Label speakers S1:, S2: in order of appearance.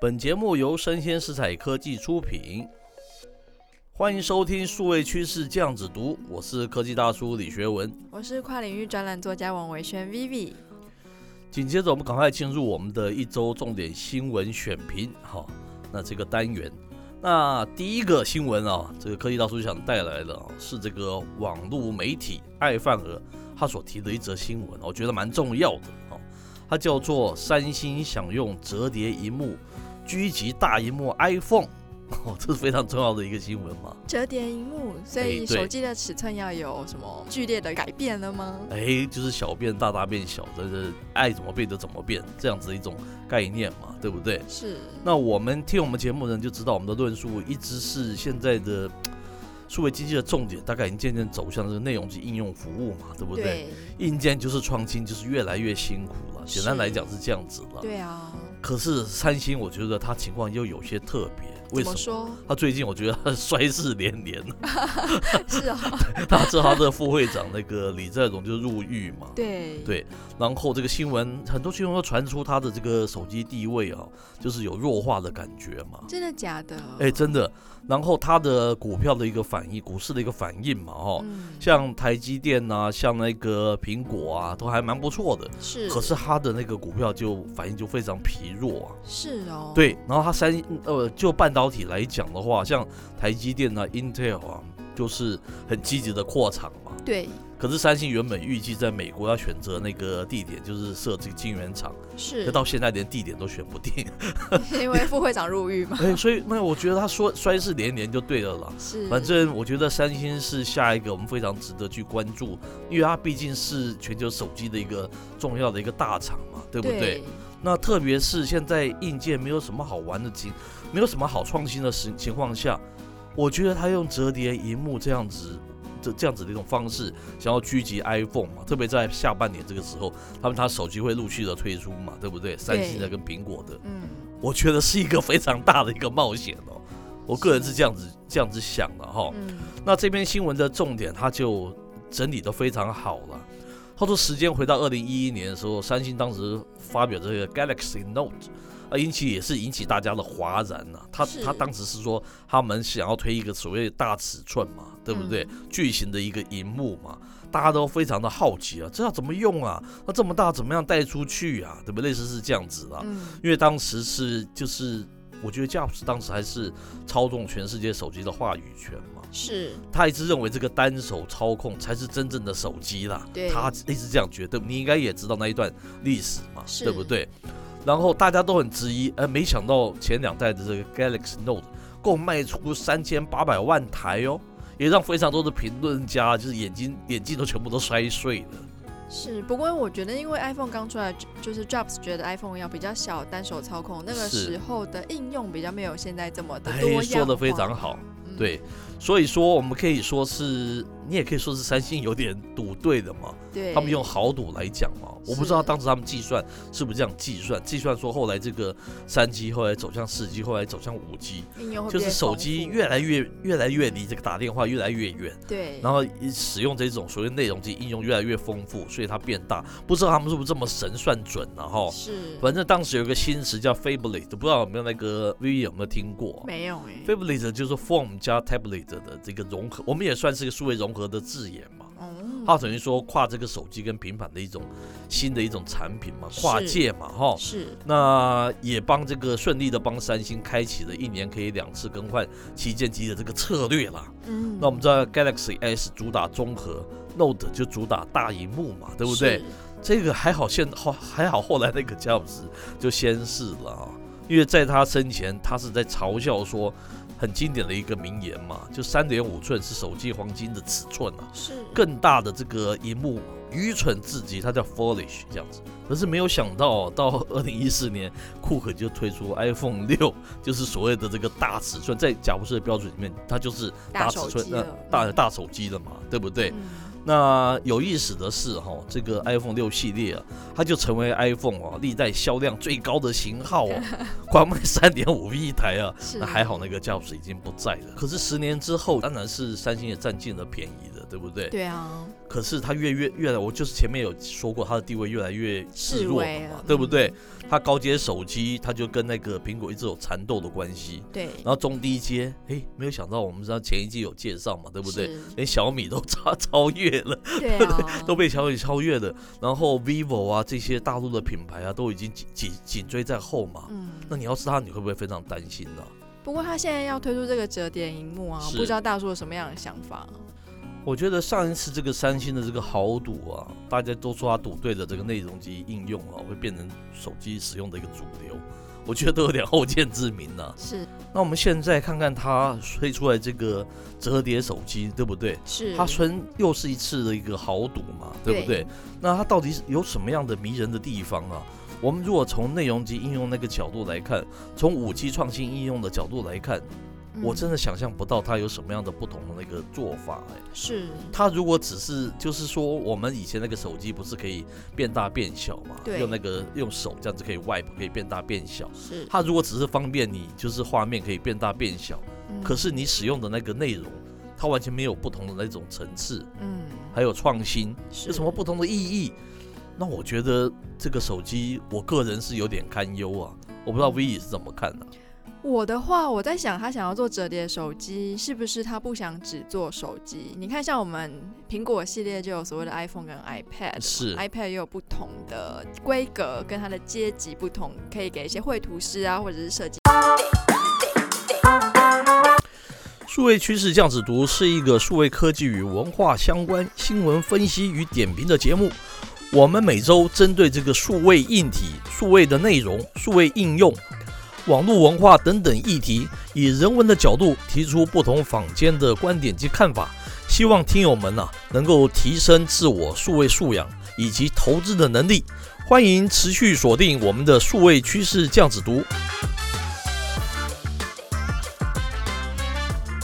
S1: 本节目由生鲜食材科技出品，欢迎收听数位趋势这样子读，我是科技大叔李学文。
S2: 我是跨领域专栏作家王维轩
S1: 哎
S2: Vivi。
S1: 紧接着，我们赶快进入我们的一周重点新闻选评。好，那这个单元，那第一个新闻啊，这个科技大叔想带来的、啊、是这个网络媒体爱范儿他所提的一则新闻，我觉得蛮重要的哦。它叫做“三星想用折叠荧幕狙击大荧幕 iPhone”，哦， 这是非常重要的一个新闻嘛。
S2: 折叠荧幕，所以
S1: 哎对
S2: 手机的尺寸要有什么剧烈的改变了吗？
S1: 哎，就是小变大，大变小，这是爱怎么变就怎么变，这样子一种概念嘛，对不对？
S2: 是，
S1: 那我们听我们节目的人就知道，我们的论述一直是现在的嘖数位经济的重点，大概已经渐渐走向这个内容及应用服务嘛，对不对？
S2: 对，
S1: 硬件就是创新，就是越来越辛苦了。简单
S2: 是
S1: 来讲是这样子了。
S2: 对啊。
S1: 可是三星，我觉得它情况又有些特别，为
S2: 怎
S1: 什
S2: 么
S1: 么？
S2: 说？
S1: 他最近我觉得他衰势连连，
S2: 是啊，
S1: 大家知道他的副会长那个李在镕就入狱嘛，
S2: 对
S1: 对然后这个新闻很多新闻都传出他的这个手机地位啊，就是有弱化的感觉嘛。
S2: 真的假的？
S1: 哎，真的。然后它的股票的一个反应，股市的一个反应嘛，哦，
S2: 嗯，
S1: 像台积电呐、像那个苹果啊，都还蛮不错的。
S2: 是
S1: 可是它的那个股票就反应就非常疲弱啊。
S2: 是哦，，
S1: 对，然后它三呃，就半导体来讲的话，像台积电啊、Intel 啊，就是很积极的扩厂嘛。
S2: 对，
S1: 可是三星原本预计在美国要选择那个地点，就是设置晶圆厂，可
S2: 是，
S1: 到现在连地点都选不定。
S2: 因为副会长入狱嘛，
S1: 哎，所以那我觉得他说衰势连连就对了啦。
S2: 是，
S1: 反正我觉得三星是下一个我们非常值得去关注，因为它毕竟是全球手机的一个重要的一个大厂嘛，对不对？
S2: 对，
S1: 那特别是现在硬件没有什么好玩的情，没有什么好创新的情情况下，我觉得它用折叠荧幕这样子。这这样子的一种方式，想要狙击 iPhone 嘛，特别在下半年这个时候，他们它手机会陆续的推出嘛，对不对？三星的跟苹果的，
S2: 嗯，
S1: 我觉得是一个非常大的一个冒险哦。我个人是这样子这样子想的哈、
S2: 嗯，
S1: 那这篇新闻的重点，它就整理的非常好了。他说，时间回到二零一一年的时候，三星当时发表这个 Galaxy Note，啊，引起也是引起大家的哗然呐、啊他
S2: 是
S1: 他当时是说，他们想要推一个所谓大尺寸嘛，对不对？
S2: 嗯
S1: 巨型的一个荧幕嘛，大家都非常的好奇啊，这要怎么用啊？那这么大怎么样带出去啊？对不对？类似是这样子啊。
S2: 嗯，
S1: 因为当时是就是，我觉得 Jobs 当时还是操纵全世界手机的话语权嘛。
S2: 是，
S1: 他一直认为这个单手操控才是真正的手机啦，
S2: 对
S1: 他一直这样觉得。你应该也知道那一段历史嘛，
S2: 是
S1: 对不对？然后大家都很质疑，呃，没想到前两代的这个 Galaxy Note 共卖出三千八百万台哦，也让非常多的评论家就是眼睛眼睛都全部都摔碎了。
S2: 嗯是，不过我觉得，因为 iPhone 刚出来，就就是 Jobs 觉得 iPhone 要比较小，单手操控，那个
S1: 是
S2: 时候的应用比较没有现在这么的多
S1: 哎，
S2: 样。
S1: 说的非常，好，
S2: 嗯，
S1: 对，所以说我们可以说是，你也可以说是三星有点赌对的嘛。
S2: 对，
S1: 他们用豪赌来讲嘛，我不知道当时他们计算是不是这样计算，计算说后来这个三 G 后来走向四 G，后来走向五 G，
S2: 应用会
S1: 就是
S2: 变
S1: 手
S2: 丰
S1: 机
S2: 富
S1: 越来越越来越离这个打电话越来越远，
S2: 对，
S1: 然
S2: 后
S1: 后使用这种所谓内容及应用越来越丰富，所以它变大。不知道他们是不是这么神算准了、哈？
S2: 是
S1: 反正当时有个新词叫 Fablet，不知道有没有那个 V 有没有听过？
S2: 没有哎、
S1: Fablet 就是 form 加 tablet 的这个融合，我们也算是个数位融合的字眼嘛。
S2: 哦，
S1: 它等于说跨这个手机跟平板的一种新的一种产品嘛，
S2: 是
S1: 跨界嘛，哈。
S2: 是
S1: 那也帮这个顺利的帮三星开启了一年可以两次更换旗舰机的这个策略啦。
S2: 嗯，
S1: 那我们知道 Galaxy S 主打综合，Note 就主打大荧幕嘛，对不对？
S2: 是？
S1: 这个还好现好还好后来那个詹姆斯就先试了啊，因为在他生前他是在嘲笑说很经典的一个名言嘛，就三点五寸是手机黄金的尺寸啊。
S2: 是
S1: 更大的这个荧幕，愚蠢至极，它叫 foolish 这样子。可是没有想到，到二零一四年，库克就推出 iPhone 六，就是所谓的这个大尺寸，在贾布斯的标准里面，它就是大尺寸，呃
S2: 大手机了
S1: 大
S2: 嗯
S1: 大手机了嘛，对不对？
S2: 嗯
S1: 那有意思的是哈、这个 iPhone 六系列啊，它就成为 iPhone 啊历代销量最高的型号 啊，狂卖三点五亿台啊，
S2: 是
S1: 那还好，那个 Jobs 已经不在了。可是十年之后，当然是三星也占尽了便宜的。对不对？
S2: 对啊，
S1: 可是他越越越来，我就是前面有说过，他的地位越来越示
S2: 示
S1: 弱
S2: 威
S1: 了嘛
S2: 了，
S1: 对不对
S2: 嗯？
S1: 他高阶手机，他就跟那个苹果一直有缠斗的关系。
S2: 嗯对，
S1: 然后中低阶，哎，没有想到我们知道前一季有介绍嘛，对不对？
S2: 是？
S1: 连小米都超超越了，
S2: 对啊，
S1: 都被小米超越了。然后 vivo 啊这些大陆的品牌啊，都已经紧紧紧追在后嘛。
S2: 嗯
S1: 那你要是他，你会不会非常担心呢、
S2: 不过他现在要推出这个折叠荧幕啊，
S1: 是
S2: 不知道大叔有什么样的想法？啊
S1: 我觉得上一次这个三星的这个豪赌啊，大家都说他赌对了这个内容及应用啊，会变成手机使用的一个主流。我觉得都有点后见之明呐、
S2: 是
S1: 那我们现在看看它推出来这个折叠手机，对不对？
S2: 是，
S1: 它纯又是一次的一个豪赌嘛，对不对？
S2: 嗯对
S1: 那它到底是有什么样的迷人的地方啊？我们如果从内容及应用那个角度来看，从五 G 创新应用的角度来看，
S2: 嗯
S1: 我真的想象不到它有什么样的不同的那个做法、哎。
S2: 是
S1: 它如果只是就是说，我们以前那个手机不是可以变大变小嘛？
S2: 对
S1: 用那个用手这样子可以 wipe 可以变大变小。
S2: 是，
S1: 它如果只是方便你，就是画面可以变大变小，
S2: 嗯
S1: 可是你使用的那个内容，它完全没有不同的那种层次，
S2: 嗯，
S1: 还有创新，有
S2: 是
S1: 什么不同的意义？那我觉得这个手机，我个人是有点堪忧啊。我不知道
S2: 嗯
S1: V 是怎么看的、
S2: 我的话，我在想，他想要做折叠手机，是不是他不想只做手机？你看，像我们苹果系列就有所谓的 iPhone 跟 iPad。
S1: 是
S2: iPad 也有不同的规格，跟它的阶级不同，可以给一些绘图师啊，或者是设计。
S1: 数位趋势酱子读是一个数位科技与文化相关新闻分析与点评的节目。我们每周针对这个数位硬体、数位的内容、数位应用、网络文化等等议题，以人文的角度提出不同坊间的观点及看法，希望听友们呐、能够提升自我数位素养以及投资的能力。欢迎持续锁定我们的数位趋势酱子读。